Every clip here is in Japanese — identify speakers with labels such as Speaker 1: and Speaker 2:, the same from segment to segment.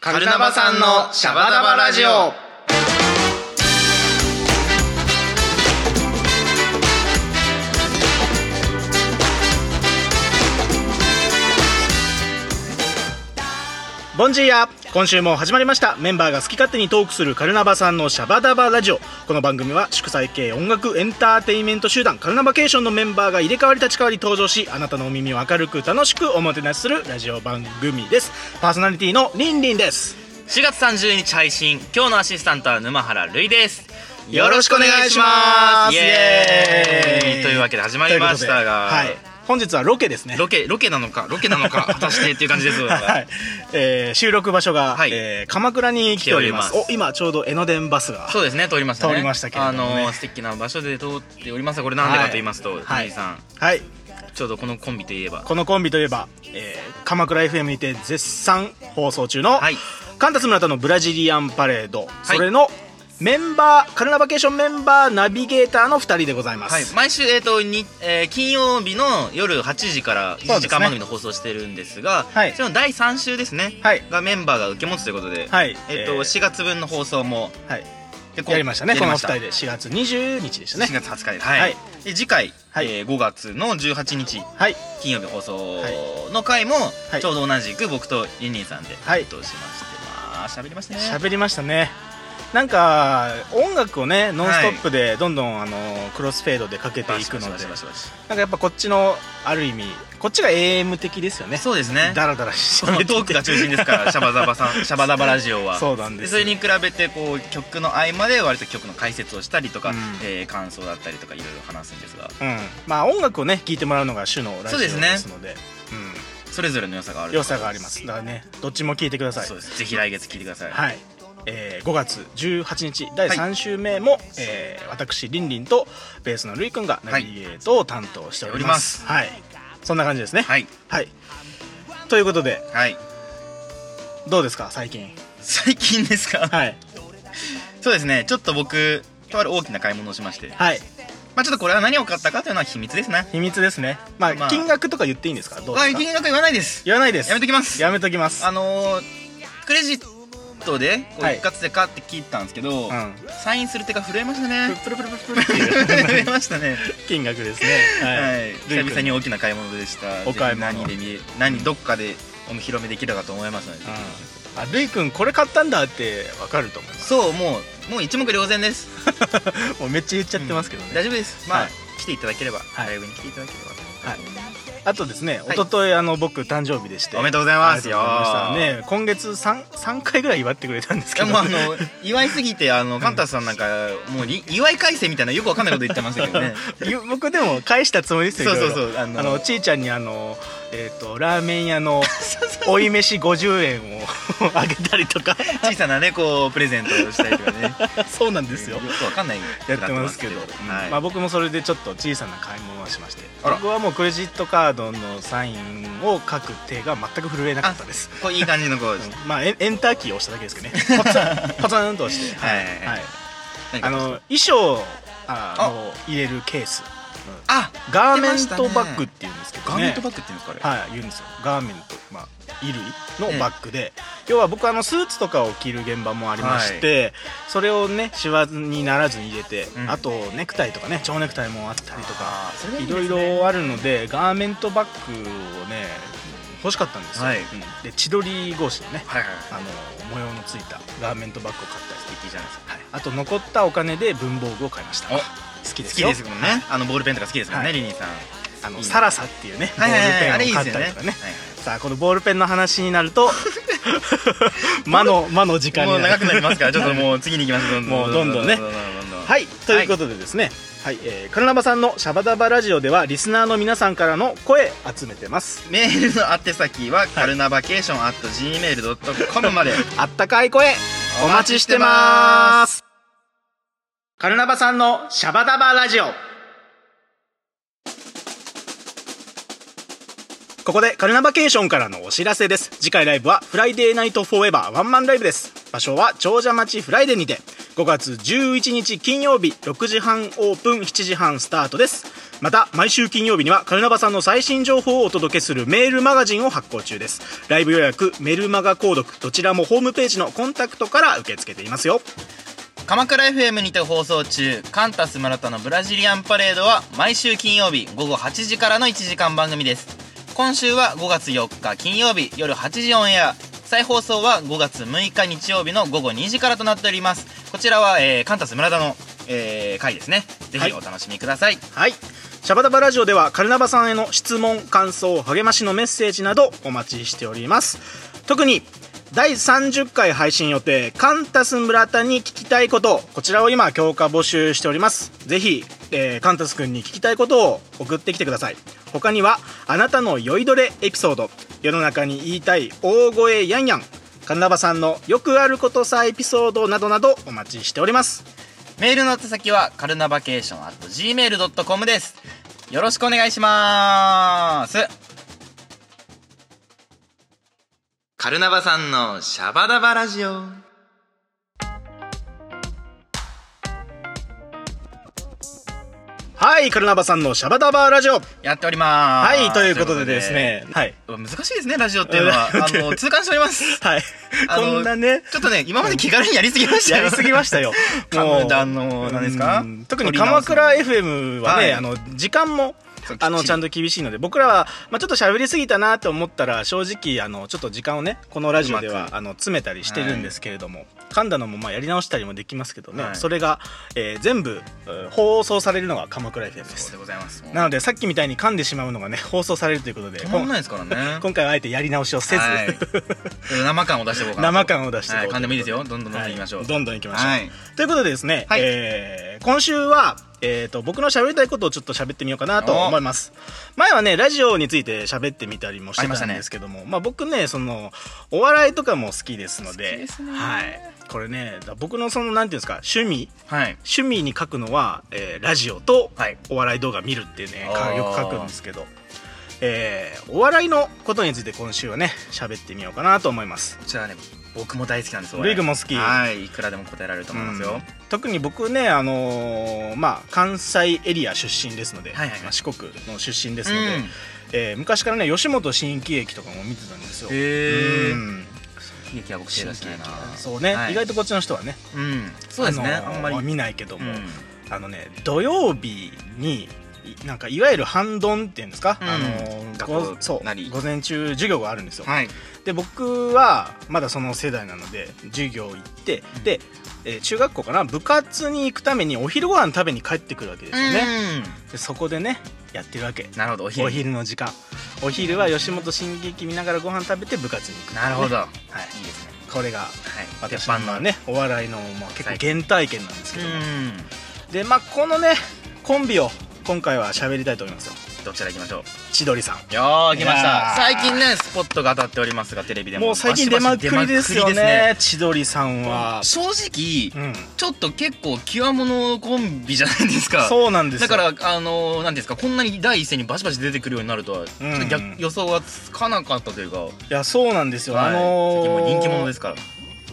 Speaker 1: カルナバさんのシャバダバラジオ。
Speaker 2: ボンジーや今週も始まりましたメンバーが好き勝手にトークするカルナバさんのシャバダバラジオこの番組は祝祭系音楽エンターテインメント集団カルナバケーションのメンバーが入れ替わり立ち替わり登場しあなたのお耳を明るく楽しくおもてなしするラジオ番組ですパーソナリティのリンリンです
Speaker 3: 4月30日配信今日のアシスタントは沼原るいです
Speaker 2: よろしくお願いします
Speaker 3: イエーイ
Speaker 2: イエーイ
Speaker 3: というわけで始まりましたが、
Speaker 2: ということではい、本日はロケですね
Speaker 3: ロケロケなのかロケなのか果たしてっていう感じです
Speaker 2: はいえー収録場所が、
Speaker 3: はい
Speaker 2: えー鎌倉に来ております
Speaker 3: 来ております
Speaker 2: お今ちょうど江ノ電バスが
Speaker 3: そうですね通りましたね
Speaker 2: 通りましたけれどもね
Speaker 3: あの素敵な場所で通っておりますがこれなんでかと言いますと、
Speaker 2: はい
Speaker 3: はい、さん
Speaker 2: はい
Speaker 3: ちょうどこのコンビといえば
Speaker 2: このコンビといえば、えー鎌倉 FM にて絶賛放送中の、
Speaker 3: はい
Speaker 2: カンタス村田のブラジリアンパレード、それのメンバーカルナバケーションメンバーナビゲーターの2人でございます、
Speaker 3: はい、毎週、えーとにえー金曜日の夜8時から
Speaker 2: そ
Speaker 3: 1
Speaker 2: うです
Speaker 3: 時
Speaker 2: ね
Speaker 3: 間番組の放送してるんですがそ
Speaker 2: はい
Speaker 3: の第3週ですね、
Speaker 2: はい
Speaker 3: がメンバーが受け持つということで、
Speaker 2: はい
Speaker 3: えーと
Speaker 2: えー
Speaker 3: 4月分の放送も
Speaker 2: はい
Speaker 3: 結構
Speaker 2: やりましたね
Speaker 3: や
Speaker 2: この
Speaker 3: ま
Speaker 2: 2
Speaker 3: した
Speaker 2: 人で4月20日でした
Speaker 3: 4
Speaker 2: ね
Speaker 3: 月20日です、はい
Speaker 2: はい
Speaker 3: で次回、
Speaker 2: はい
Speaker 3: えー5月の18日
Speaker 2: はい
Speaker 3: 金曜日放送
Speaker 2: はい
Speaker 3: の回も、
Speaker 2: はい
Speaker 3: ちょうど同じく僕とリンリンさんで
Speaker 2: はい
Speaker 3: 担当しまして、まあ喋りましたね
Speaker 2: 喋りましたねなんか音楽をね「ノンストップ!」でどんどんあのクロスフェードでかけていくので、
Speaker 3: バシバシバシバシ
Speaker 2: なんかやっぱこっちのある意味こっちが AM 的ですよね
Speaker 3: そうですね
Speaker 2: ダラダラし
Speaker 3: このトークが中心ですからシャバザバさん シャバダバラジオは
Speaker 2: そうなんです
Speaker 3: それに比べてこう曲の合間で割と曲の解説をしたりとか、
Speaker 2: うん
Speaker 3: えー感想だったりとかいろいろ話すんですが
Speaker 2: うん、まあ音楽をね聴いてもらうのが主のラジオですので
Speaker 3: そうそれぞれの良さがあ
Speaker 2: う
Speaker 3: る
Speaker 2: ん、良さがありますだからねどっちも聴いてください
Speaker 3: そうですぜひ来月聞いてください、
Speaker 2: はい、えー5月18日第3週目も、えー私りんりんとベースのるいくんがナビゲートを担当しております,、はいそんな感じですね
Speaker 3: はい
Speaker 2: はい、ということで
Speaker 3: はい
Speaker 2: どうですか最 近
Speaker 3: 最近ですか
Speaker 2: はい
Speaker 3: そうですねちょっと僕とある大きな買い物をしまして、
Speaker 2: はい
Speaker 3: まあ、ちょっとこれは何を買ったかというのは秘密ですね
Speaker 2: 秘密ですねまあ、
Speaker 3: まあ
Speaker 2: 金額とか言っていいんですかどうで
Speaker 3: あ
Speaker 2: すか
Speaker 3: 金額言わないです
Speaker 2: 言わないです
Speaker 3: やめときます
Speaker 2: やめときます
Speaker 3: あのークレジットでこう
Speaker 2: はい
Speaker 3: 一括で買って聞いたんですけど、
Speaker 2: うん
Speaker 3: サインする手が震えましたね
Speaker 2: プルプルプルプルって
Speaker 3: 震
Speaker 2: い
Speaker 3: え
Speaker 2: う
Speaker 3: ましたね
Speaker 2: 金額ですね
Speaker 3: はい、
Speaker 2: ル
Speaker 3: 久
Speaker 2: イくん
Speaker 3: 々に大きな買い物でした
Speaker 2: お買い物
Speaker 3: ぜひ何で見何どっかでお披露目できればと思いますので、
Speaker 2: あるいくんこれ買ったんだってわかると思います
Speaker 3: そうもうもう一目瞭然です
Speaker 2: もうめっちゃ言っちゃってますけど
Speaker 3: う
Speaker 2: ね、
Speaker 3: ん大丈夫ですまあ、
Speaker 2: はい
Speaker 3: 来ていただければ、
Speaker 2: はい
Speaker 3: ライブに来ていただければ
Speaker 2: はいあとですね
Speaker 3: はい
Speaker 2: 一昨日あの僕誕生日でして
Speaker 3: おめでとうございますよ
Speaker 2: ありがとうございましたね今月 3, 三回ぐらい祝ってくれたんです
Speaker 3: い
Speaker 2: け
Speaker 3: や
Speaker 2: ど
Speaker 3: もうあの祝いすぎてあのカンタスさんなんかもうり祝い返せみたいなよくわかんないこと言ってましたけ どね
Speaker 2: ゆ僕でも返したつもりですよ
Speaker 3: そうそう
Speaker 2: いろいろ
Speaker 3: そうあ
Speaker 2: あ
Speaker 3: の
Speaker 2: のちいちゃんにあのえっ、とラーメン 屋の追い飯50円をあげたりと か
Speaker 3: 小さなねこうプレゼントをしたりとかね
Speaker 2: そうなんですよ
Speaker 3: よくわかんない
Speaker 2: やってますけど、
Speaker 3: なってます
Speaker 2: うん
Speaker 3: はい
Speaker 2: まあ、僕もそれでちょっと小さな買い物はしまして
Speaker 3: あら
Speaker 2: 僕はもうクレジットカードのサインを書く手が全く震えなかったです
Speaker 3: こういい感じのこうです
Speaker 2: まあエンエンターキーを押しただけですけどね ポツンポツンと押して
Speaker 3: はいはいはい
Speaker 2: い
Speaker 3: 何か
Speaker 2: あの衣装をあの入れるケース
Speaker 3: あ
Speaker 2: ガーメントバッグっていうんですけど
Speaker 3: ガ
Speaker 2: ね
Speaker 3: ーメントバッグっていうんですかあれ
Speaker 2: はい言うんですよガーメントまあ衣類のバッグで、要は僕あのスーツとかを着る現場もありまして、それをねシワにならずに入れて、
Speaker 3: うん
Speaker 2: あとネクタイとかね蝶ネクタイもあったりとか
Speaker 3: あーそれがいい
Speaker 2: い
Speaker 3: で
Speaker 2: ろ
Speaker 3: すね
Speaker 2: いろあるのでガーメントバッグをね欲しかったんですよ、
Speaker 3: はい
Speaker 2: うんで千鳥格子のね
Speaker 3: はいはい
Speaker 2: あの模様のついたガーメントバッグを買ったり
Speaker 3: 素敵じゃないですか
Speaker 2: はい、あと残ったお金で文房具を買いました
Speaker 3: お
Speaker 2: 好きで
Speaker 3: 好
Speaker 2: す
Speaker 3: き
Speaker 2: よ
Speaker 3: ですもんねあのボールペンとか好きですもん
Speaker 2: は
Speaker 3: ね
Speaker 2: い
Speaker 3: リリーさん
Speaker 2: あ
Speaker 3: いい
Speaker 2: の
Speaker 3: ね
Speaker 2: サラサっていうねボ
Speaker 3: は
Speaker 2: ー
Speaker 3: い
Speaker 2: ル
Speaker 3: はいはいあれい
Speaker 2: ペン
Speaker 3: い
Speaker 2: を
Speaker 3: です
Speaker 2: 買
Speaker 3: よ
Speaker 2: った
Speaker 3: ね
Speaker 2: りとかね
Speaker 3: はいはい
Speaker 2: さあこのボールペンの話にな ると魔の魔の時間
Speaker 3: もう
Speaker 2: にな
Speaker 3: 長
Speaker 2: る
Speaker 3: くなりますからちょっともう次に行きますどんどん
Speaker 2: もうどんどんね
Speaker 3: どんどんどん
Speaker 2: はいということでですね、はいえーカルナバさんの「シャバダバラジオ」ではリスナーの皆さんからの声集めてます
Speaker 3: メールの宛先はカルナバケーション at gmail.com まで
Speaker 2: あったかい声お
Speaker 3: お
Speaker 2: 待
Speaker 3: 待
Speaker 2: ち
Speaker 3: ち
Speaker 2: し
Speaker 3: してて
Speaker 2: ま
Speaker 3: ます
Speaker 2: カルナバさんの「シャバダバラジオ」ここでカルナバケーションからのお知らせです次回ライブはフライデーナイトフォーエバーワンマンライブです場所は長者町フライデーにて5月11日金曜日6時半オープン7時半スタートですまた毎週金曜日にはカルナバさんの最新情報をお届けするメールマガジンを発行中ですライブ予約メルマガ購読どちらもホームページのコンタクトから受け付けていますよ
Speaker 3: 鎌倉 FM にて放送中カンタス村田のブラジリアンパレードは毎週金曜日午後8時からの1時間番組です今週は5月4日金曜日夜8時オンエア再放送は5月6日日曜日の午後2時からとなっておりますこちらは、えー、カンタス村田の、えー、回ですねぜ
Speaker 2: はい
Speaker 3: ひお楽しみください、
Speaker 2: はいシャバダバラジオではカルナバさんへの質問感想励ましのメッセージなどお待ちしております特に第30回配信予定カンタス村田に聞きたいことこちらを今強化募集しておりますぜひ、えーカンタスくんに聞きたいことを送ってきてください他にはあなたの酔いどれエピソード世の中に言いたい大声やんやんカルナバさんのよくあることさエピソードなどなどお待ちしております
Speaker 3: メールの宛先はカルナバケーション at gmail.com ですよろしくお願いします
Speaker 1: カルナバさんのシャバダバラジオ
Speaker 2: はいカルナバさんのシャバダバラジオ
Speaker 3: やっております
Speaker 2: はい、ということでですね。はい。
Speaker 3: 難しいですねラジオっていうの はあの痛感しております
Speaker 2: はい。
Speaker 3: あ
Speaker 2: こ
Speaker 3: の
Speaker 2: んなね、
Speaker 3: ちょっとね今まで気軽にやりすぎました
Speaker 2: やりすぎました
Speaker 3: よ
Speaker 2: よ。
Speaker 3: カムダ
Speaker 2: も
Speaker 3: の
Speaker 2: う
Speaker 3: 何ですか
Speaker 2: うん特に鎌倉 FM は
Speaker 3: はい
Speaker 2: ね、あの、時間も
Speaker 3: そう、
Speaker 2: あの、
Speaker 3: きっちり
Speaker 2: ちゃんと厳しいので、僕らは、まあちょっと喋りすぎたなと思ったら、正直、あの、ちょっと時間をね、このラジオで
Speaker 3: うま
Speaker 2: は、あの、詰めたりしてるんですけれども、噛んだのも、まあやり直したりもできますけどね
Speaker 3: は、い
Speaker 2: それが、えー全部、えー放送されるのが鎌倉 FM で
Speaker 3: そう
Speaker 2: す
Speaker 3: で。ございます
Speaker 2: なので、さっきみたいに噛んでしまうのがね、放送されるということで、
Speaker 3: 止
Speaker 2: こ
Speaker 3: まん
Speaker 2: ん
Speaker 3: ないですからね
Speaker 2: 今回はあえてやり直しをせず、
Speaker 3: はい生感を出していこうかなと
Speaker 2: 生感を出していこう
Speaker 3: はい噛んでもいいですよどんどんどんどんいきましょう
Speaker 2: はいどんどんいきましょう、
Speaker 3: はい
Speaker 2: ということでですね、
Speaker 3: はい
Speaker 2: えー今週は、えー、と僕の喋りたいことをちょっと喋ってみようかなと思います前はねラジオについて喋ってみたりもしてたんですけどもま、あ、僕ねそのお笑いとかも好きですので
Speaker 3: 好きですね
Speaker 2: はい、これねだ僕のそのなんていうんですか趣味
Speaker 3: はい
Speaker 2: 趣味に書くのは、えーラジオと
Speaker 3: はい
Speaker 2: お笑い動画見るっていうね、
Speaker 3: あー
Speaker 2: かよく書くんですけど、えーお笑いのことについて今週はね喋ってみようかなと思います
Speaker 3: こちらね僕も大好きなんですよ
Speaker 2: ルイ君も好き
Speaker 3: はいいくらでも答えられると思います
Speaker 2: う
Speaker 3: よ
Speaker 2: ん特に僕ね、あのーまあ、関西エリア出身ですので、
Speaker 3: はいはいはい
Speaker 2: まあ四国の出身です
Speaker 3: う
Speaker 2: ので、
Speaker 3: ん
Speaker 2: えー昔からね吉本新喜劇とかも見てたんですよ。
Speaker 3: へえ
Speaker 2: うん
Speaker 3: 喜劇は僕手出してないな
Speaker 2: そうね、
Speaker 3: はい
Speaker 2: 意外とこっちの人はね
Speaker 3: うんそうですね
Speaker 2: あのー
Speaker 3: あんまり
Speaker 2: 見ないけど
Speaker 3: う
Speaker 2: も、
Speaker 3: ん
Speaker 2: あのね土曜日にいなんかいわゆる半ドンっていうんですか、
Speaker 3: うん
Speaker 2: あのー
Speaker 3: 学
Speaker 2: ご
Speaker 3: 校
Speaker 2: そう
Speaker 3: なり
Speaker 2: 午前中授業があるんですよ、
Speaker 3: はい
Speaker 2: で僕はまだその世代なので授業行って、
Speaker 3: うん
Speaker 2: で、えー中学校かな部活に行くためにお昼ご飯食べに帰ってくるわけですよね、でそこでねやってるわけ
Speaker 3: うんなるほどお
Speaker 2: お
Speaker 3: 昼
Speaker 2: 昼の時間お昼は吉本新喜劇見ながらご飯食べて部活に行く、
Speaker 3: なるほど
Speaker 2: ね
Speaker 3: はい
Speaker 2: はい
Speaker 3: いいですね
Speaker 2: これが
Speaker 3: はい
Speaker 2: 私のねお笑いの、まあ、結構原体験なんです
Speaker 3: 鉄
Speaker 2: けど
Speaker 3: 板の
Speaker 2: も、
Speaker 3: うん
Speaker 2: でまあこのねコンビを今回は喋りたいと思いますよ
Speaker 3: どちら行きましょう
Speaker 2: 千鳥さん
Speaker 3: よー来まし
Speaker 2: いや
Speaker 3: た最
Speaker 2: ー
Speaker 3: 近ねスポットが当たっておりますがテレビでも
Speaker 2: もう最近出まくりです
Speaker 3: バシバシ出
Speaker 2: よね
Speaker 3: まくりで
Speaker 2: 千鳥さんは、
Speaker 3: すね正直
Speaker 2: うん、
Speaker 3: ちょっと結構極物コンビじゃないですか
Speaker 2: そうなんです
Speaker 3: だ
Speaker 2: よ
Speaker 3: からあのーなんていうんですかこんなに第一声にバシバシ出てくるようになるとはちょっと逆
Speaker 2: うん
Speaker 3: 予想がつかなかったというか
Speaker 2: いやそうなんですよ、
Speaker 3: はい
Speaker 2: あ
Speaker 3: 最
Speaker 2: の
Speaker 3: 近もう
Speaker 2: ー、
Speaker 3: 人気者ですから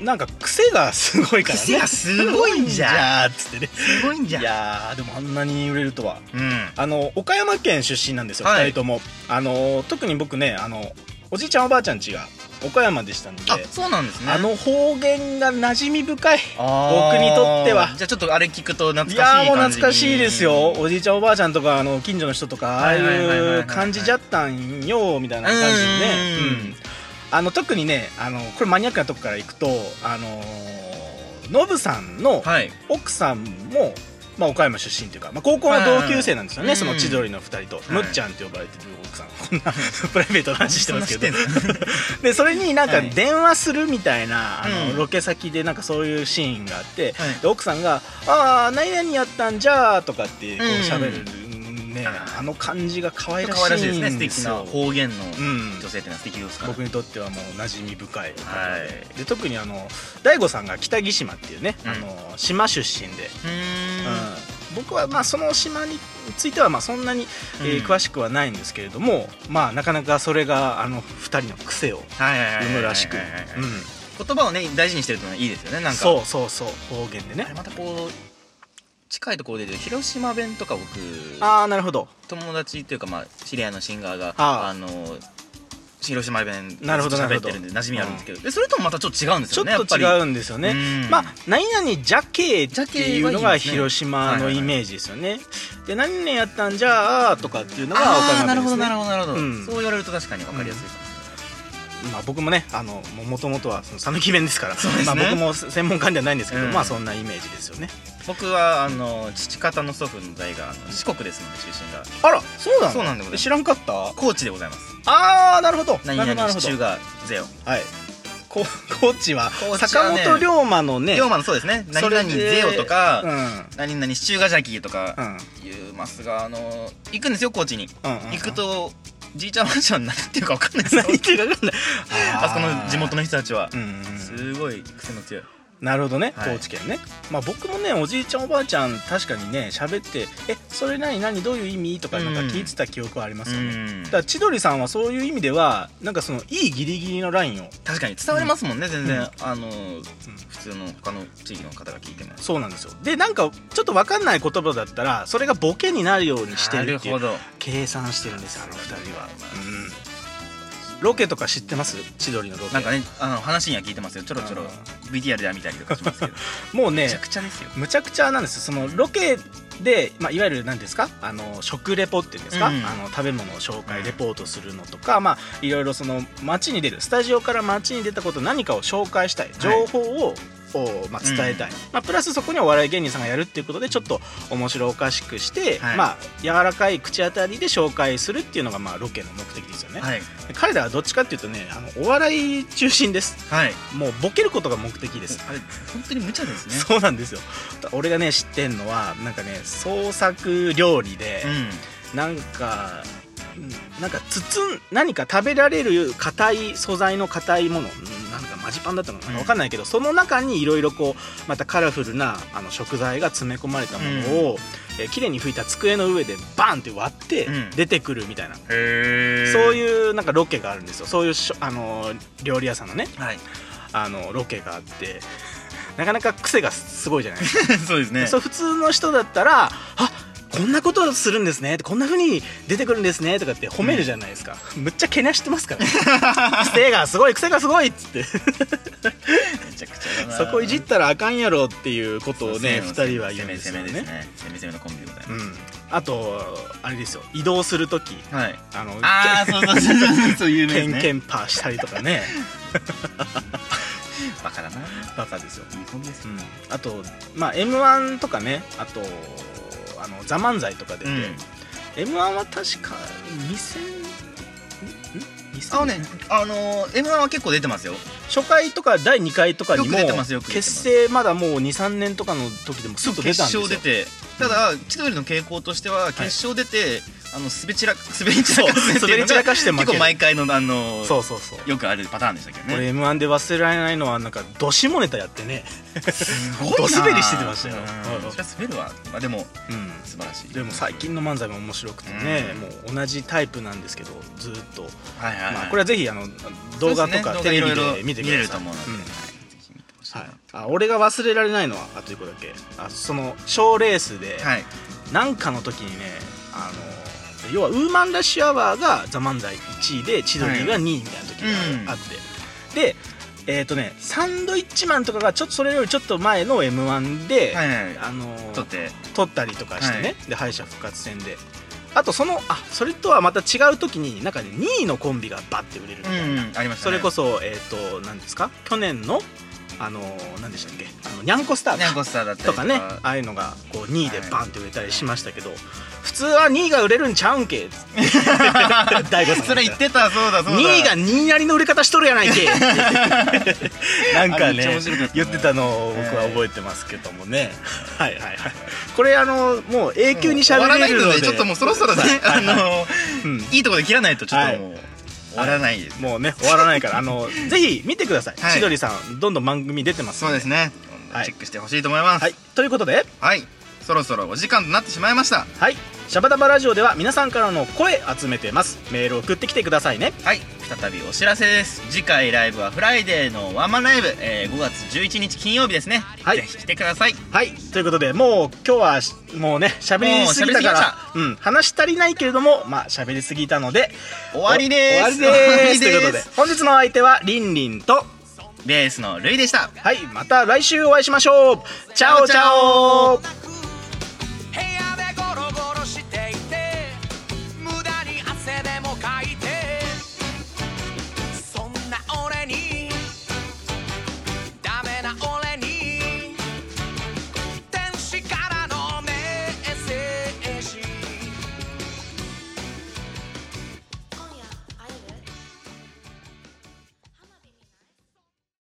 Speaker 2: なんか癖がすごいからね
Speaker 3: 癖がすごいんじゃ
Speaker 2: んつってね
Speaker 3: すごいんじ
Speaker 2: いやーでもあんなに売れるとは
Speaker 3: うん
Speaker 2: あの岡山県出身なんですよ、
Speaker 3: はい
Speaker 2: 2人ともあのー特に僕ねあのおじいちゃんおばあちゃん家が岡山でしたので
Speaker 3: あそうなんですね
Speaker 2: あの方言が馴染み深い
Speaker 3: あー
Speaker 2: 僕にとっては
Speaker 3: じゃあちょっとあれ聞くと懐かし
Speaker 2: い
Speaker 3: い
Speaker 2: や
Speaker 3: 感
Speaker 2: ー
Speaker 3: じ
Speaker 2: も
Speaker 3: に
Speaker 2: う懐かしいですよおじいちゃんおばあちゃんとかあの近所の人とかああ
Speaker 3: はいはいはいはいはい
Speaker 2: い
Speaker 3: は
Speaker 2: う
Speaker 3: い
Speaker 2: 感じじゃったんよみたいな感じで
Speaker 3: うん
Speaker 2: ねうんあの特にねあのこれマニアックなとこからいくとあのーノブさんの
Speaker 3: はい
Speaker 2: 奥さんも、まあ、岡山出身というか、まあ、高校の同級生なんですよね、
Speaker 3: はい
Speaker 2: その千鳥の2人と、
Speaker 3: うん
Speaker 2: むっちゃんって呼ばれてる奥さんこ んなプライベートな話してますけど
Speaker 3: そんな 知ってんの
Speaker 2: でそれになん
Speaker 3: は
Speaker 2: か
Speaker 3: い
Speaker 2: 電話するみたいな、あ
Speaker 3: うん
Speaker 2: のロケ先でなんかそういうシーンがあって、
Speaker 3: はい
Speaker 2: で奥さんが「ああ何々やったんじゃ」とかってこう
Speaker 3: うん
Speaker 2: 喋る、ね
Speaker 3: あー
Speaker 2: あの感じが可愛ら
Speaker 3: 可愛らし
Speaker 2: し
Speaker 3: いです
Speaker 2: い
Speaker 3: ね素
Speaker 2: んで
Speaker 3: 敵
Speaker 2: す
Speaker 3: な
Speaker 2: よ。
Speaker 3: 方言の
Speaker 2: うん
Speaker 3: 女性っていうのは素敵ですから、
Speaker 2: 僕にとってはもう馴染み深いお方で,、
Speaker 3: はい
Speaker 2: で特にあの大悟さんが北木島っていうね、あの島出身で
Speaker 3: うーん
Speaker 2: うん僕はまあその島についてはまあそんなに、えー
Speaker 3: うん
Speaker 2: 詳しくはないんですけれども、まあなかなかそれがあの2人の癖を
Speaker 3: はいはいはいはい
Speaker 2: 生むらしく、
Speaker 3: はいはいはい
Speaker 2: うん
Speaker 3: 言葉をね大事にしてるというのはいいですよねなんか
Speaker 2: そうそうそう方言でね
Speaker 3: あれまたこう近いところで言うと広島弁とか僕
Speaker 2: ああなるほど
Speaker 3: 友達というかまあ知り合いのシンガーが
Speaker 2: ああ
Speaker 3: あの広島弁
Speaker 2: なるほど
Speaker 3: 喋ってるんで馴染みあるんですけど、でそれともまたちょっと違うんです
Speaker 2: ちょ
Speaker 3: よ
Speaker 2: っ
Speaker 3: ねやっ
Speaker 2: と
Speaker 3: ぱり
Speaker 2: 違うんですよね
Speaker 3: うん
Speaker 2: まあ何々ジャケっていうのが
Speaker 3: ジャケは言いますね
Speaker 2: 広島のイメージですよねで何々やったんじゃあとかっていうのが
Speaker 3: ああ
Speaker 2: 岡
Speaker 3: な
Speaker 2: 山
Speaker 3: る
Speaker 2: 弁
Speaker 3: ほど
Speaker 2: です
Speaker 3: な
Speaker 2: ね
Speaker 3: るほどなるほど、
Speaker 2: うん
Speaker 3: そう言われると確かに分かりやすいかもし
Speaker 2: まあ僕もねあのもともとはその讃岐弁ですから
Speaker 3: そうですね
Speaker 2: まあ僕も専門家ではないんですけど、
Speaker 3: うん
Speaker 2: まあそんなイメージですよね
Speaker 3: れない、僕はあの父方の祖父の代があの四国ですので出身が
Speaker 2: あらそうなの
Speaker 3: そうなんでございます
Speaker 2: 知らんかった
Speaker 3: 高知でございます
Speaker 2: ああなるほど
Speaker 3: 何
Speaker 2: なるほどな
Speaker 3: 々
Speaker 2: る
Speaker 3: 市中
Speaker 2: ほど
Speaker 3: がゼロ
Speaker 2: はいこ高知は
Speaker 3: 高知
Speaker 2: 坂
Speaker 3: はね
Speaker 2: 本龍馬のね
Speaker 3: 龍馬のそうですね
Speaker 2: そ
Speaker 3: 何
Speaker 2: れ
Speaker 3: 々
Speaker 2: で
Speaker 3: ゼロとか、
Speaker 2: うんうん
Speaker 3: 何々シチューガジャキーとか
Speaker 2: うん
Speaker 3: 言いますがあの行くんですよ高知に
Speaker 2: うん
Speaker 3: 行くとじいちゃんマンション何ていうか分かんないですよ
Speaker 2: 何言ってるか分かんない
Speaker 3: あそこの地元の人たちは
Speaker 2: う、んうん
Speaker 3: すごい癖の強い
Speaker 2: なるほどね、
Speaker 3: はい
Speaker 2: 高知県ねまあ僕もねおじいちゃんおばあちゃん確かにね喋って「えそれ何何どういう意味?」とかなんか聞いてた記憶はありますよね、
Speaker 3: うん
Speaker 2: だから千鳥さんはそういう意味ではなんかそのいいギリギリのラインを
Speaker 3: 確かに伝わりますもんね、全然、
Speaker 2: う
Speaker 3: あの普通の他の地域の方が聞いても
Speaker 2: そうなんですよでなんかちょっと分かんない言葉だったらそれがボケになるようにしてるってい
Speaker 3: な
Speaker 2: う
Speaker 3: るほど
Speaker 2: 計算してるんですよあの二人は、うん、ロケとか知ってます千鳥のロケ
Speaker 3: なんかねあの話には聞いてますよちょろちょろ
Speaker 2: あ
Speaker 3: VTR では見たりとかしますけど
Speaker 2: もう
Speaker 3: め
Speaker 2: ね
Speaker 3: ちゃくちゃですよ
Speaker 2: むちゃくちゃなんですそのロケで、まあ、いわゆる何ですかあの食レポっていうんですか、
Speaker 3: うん
Speaker 2: あの食べ物を紹
Speaker 3: う
Speaker 2: 介
Speaker 3: ん
Speaker 2: レポートするのとか、まあ、いろいろその街に出るスタジオから街に出たこと何かを紹介したい情報を、おまあ、伝えたい、まあ、プラスそこにお笑い芸人さんがやるっていうことでちょっと面白おかしくして、
Speaker 3: はい
Speaker 2: まあ、柔らかい口当たりで紹介するっていうのが、まあ、ロケの目的ですよね、
Speaker 3: はい
Speaker 2: 彼らはどっちかっていうとねあのお笑い中心です
Speaker 3: はい
Speaker 2: もうボケることが目的です
Speaker 3: あれ本当に無茶ですね
Speaker 2: そうなんですよ俺がね知ってんのはなんかね創作料理で、
Speaker 3: ん
Speaker 2: なんかうんなんか包ん何か食べられる硬い素材の硬いものうんなんかマジパンだったのかな
Speaker 3: うん
Speaker 2: 分かんないけど、その中にいろいろこうまたカラフルなあの食材が詰め込まれたものを、えー綺麗に拭いた机の上でバンって割って
Speaker 3: うん
Speaker 2: 出てくるみたいな、
Speaker 3: へえ
Speaker 2: そう
Speaker 3: う
Speaker 2: いうなんかロケがあるんですよそういうしょあのー料理屋さんのね
Speaker 3: はい
Speaker 2: あのロケがあってなかなか癖がすごいじゃない
Speaker 3: そうですね
Speaker 2: そう普通の人だったら「あこんなことをするんですね」こんな風に出てくるんですね」とかって褒めるじゃないですか、むっちゃけなしてますから、 癖がすごい癖がすごいっつって
Speaker 3: めちゃくちゃだな
Speaker 2: そこいじったらあかんやろっていうことをね
Speaker 3: そう
Speaker 2: 二
Speaker 3: そう
Speaker 2: 人は言うんですよ
Speaker 3: 攻め攻め
Speaker 2: ね。
Speaker 3: ですね攻め攻めのコンビでございます
Speaker 2: うん、あとあれですよ移動する時
Speaker 3: はい。
Speaker 2: あの
Speaker 3: ああ、そうそうそうそうそう、有名
Speaker 2: ケ
Speaker 3: です
Speaker 2: ン
Speaker 3: ね。
Speaker 2: ケンパーしたりと かね
Speaker 3: バカだな。
Speaker 2: バカですよ、
Speaker 3: 日本です
Speaker 2: う
Speaker 3: よ。
Speaker 2: ん、あとまあ m 1とかねあとあの「ザ漫才とか出て、m 1は確か2000んん
Speaker 3: あの
Speaker 2: 2000
Speaker 3: ね、あのー、M1 は結構出てますよ。
Speaker 2: 初回とか第2回とかにも
Speaker 3: よく出てますよく出てます
Speaker 2: 結成まだもう23年とかの時でもすぐ出
Speaker 3: 決
Speaker 2: たんですよ
Speaker 3: 勝出て。ただ、千鳥の傾向としては、決勝出て、あの、滑り 散ら、滑り散らかすっていう
Speaker 2: そう
Speaker 3: の
Speaker 2: 滑り散ら
Speaker 3: が
Speaker 2: かして負ける
Speaker 3: 結構毎回の、あのー、
Speaker 2: そうそうそう
Speaker 3: よくあるパターンでしたけど
Speaker 2: 俺
Speaker 3: ね。
Speaker 2: m 1で忘れられないのはなんかどしもネタやってね
Speaker 3: す
Speaker 2: ど滑りしててましたよ
Speaker 3: うん
Speaker 2: うん
Speaker 3: そりゃ滑るわ。まあ、でも、
Speaker 2: うん
Speaker 3: 素晴らしい。
Speaker 2: でも最近の漫才も面白くてね
Speaker 3: うん
Speaker 2: もう同じタイプなんですけどずーっと
Speaker 3: はいはいはい、
Speaker 2: まあこれはぜひあの動画とか
Speaker 3: そう
Speaker 2: テ
Speaker 3: ですね動画い
Speaker 2: レビ
Speaker 3: ろい
Speaker 2: で
Speaker 3: ろ
Speaker 2: 見てく
Speaker 3: 見れ
Speaker 2: だ
Speaker 3: ると
Speaker 2: さい
Speaker 3: 思うので、
Speaker 2: うん
Speaker 3: はいぜひ見てほしいな
Speaker 2: はいあ俺が忘れられないのはあと一個だけあその賞レースで
Speaker 3: はい。
Speaker 2: なんかの時にねあの要はウーマンラッシュアワーが「ザ漫才1位で千鳥が2位みたいな時
Speaker 3: うん
Speaker 2: があって、でえっ、とねサンドイッチマンとかがちょっとそれよりちょっと前の m 1で、
Speaker 3: はいはいはい。
Speaker 2: あのー
Speaker 3: 撮って。
Speaker 2: 撮ったりとかしてね、で敗者復活戦であとそのあそれとはまた違う時になんかね2位のコンビがバッて売れるみ
Speaker 3: う
Speaker 2: たいな、
Speaker 3: ん、ありました
Speaker 2: そ
Speaker 3: ね。
Speaker 2: れこそえっ、と何ですか去年のあのー何でしたっけあのニャンコスター
Speaker 3: ね
Speaker 2: か、
Speaker 3: ゴスターだったり
Speaker 2: とかねああいうのがこう2位で
Speaker 3: はい
Speaker 2: バンって売れたりしましたけど、普通は2位が売れるんちゃうん けっつって大悟さん
Speaker 3: それ言ってたそうだそうだ
Speaker 2: 2位が2位なりの売れ方しとるやない けなんか
Speaker 3: あれめっちゃ
Speaker 2: ね
Speaker 3: 面白かったね
Speaker 2: 言ってたのを僕は覚えてますけどもね、はいはいはいこれあのもう永久に喋れる
Speaker 3: 終わ
Speaker 2: ので
Speaker 3: らないちょっともうそろそろね
Speaker 2: は
Speaker 3: あ
Speaker 2: いはい
Speaker 3: の
Speaker 2: うん
Speaker 3: いいとこで切らないとちょっともう終わらないです
Speaker 2: もうね終わらないから あのぜひ見てください、
Speaker 3: はい
Speaker 2: 千鳥さんどんどん番組出てますん
Speaker 3: そうですね
Speaker 2: はい
Speaker 3: チェックしてほしいと思います
Speaker 2: はいということで
Speaker 3: はいそろそろお時間となってしまいました
Speaker 2: はいシャバダバラジオでは皆さんからの声集めてますメール送ってきてくださいね
Speaker 3: はい再びお知らせです次回ライブはフライデーのワンマンライブ、えー5月11日金曜日ですね、
Speaker 2: はい
Speaker 3: ぜひ来てください
Speaker 2: はいということでもう今日はしもうね喋りすぎたからうん、話足りないけれどもまあ喋りすぎたので
Speaker 3: 終わりです
Speaker 2: 終わりですと
Speaker 3: 終
Speaker 2: い
Speaker 3: わ
Speaker 2: うこと
Speaker 3: り
Speaker 2: で
Speaker 3: で
Speaker 2: 本日の相手はりんりんと
Speaker 3: ベースのルイでした
Speaker 2: はいまた来週お会いしましょうチャオチャオ
Speaker 4: 「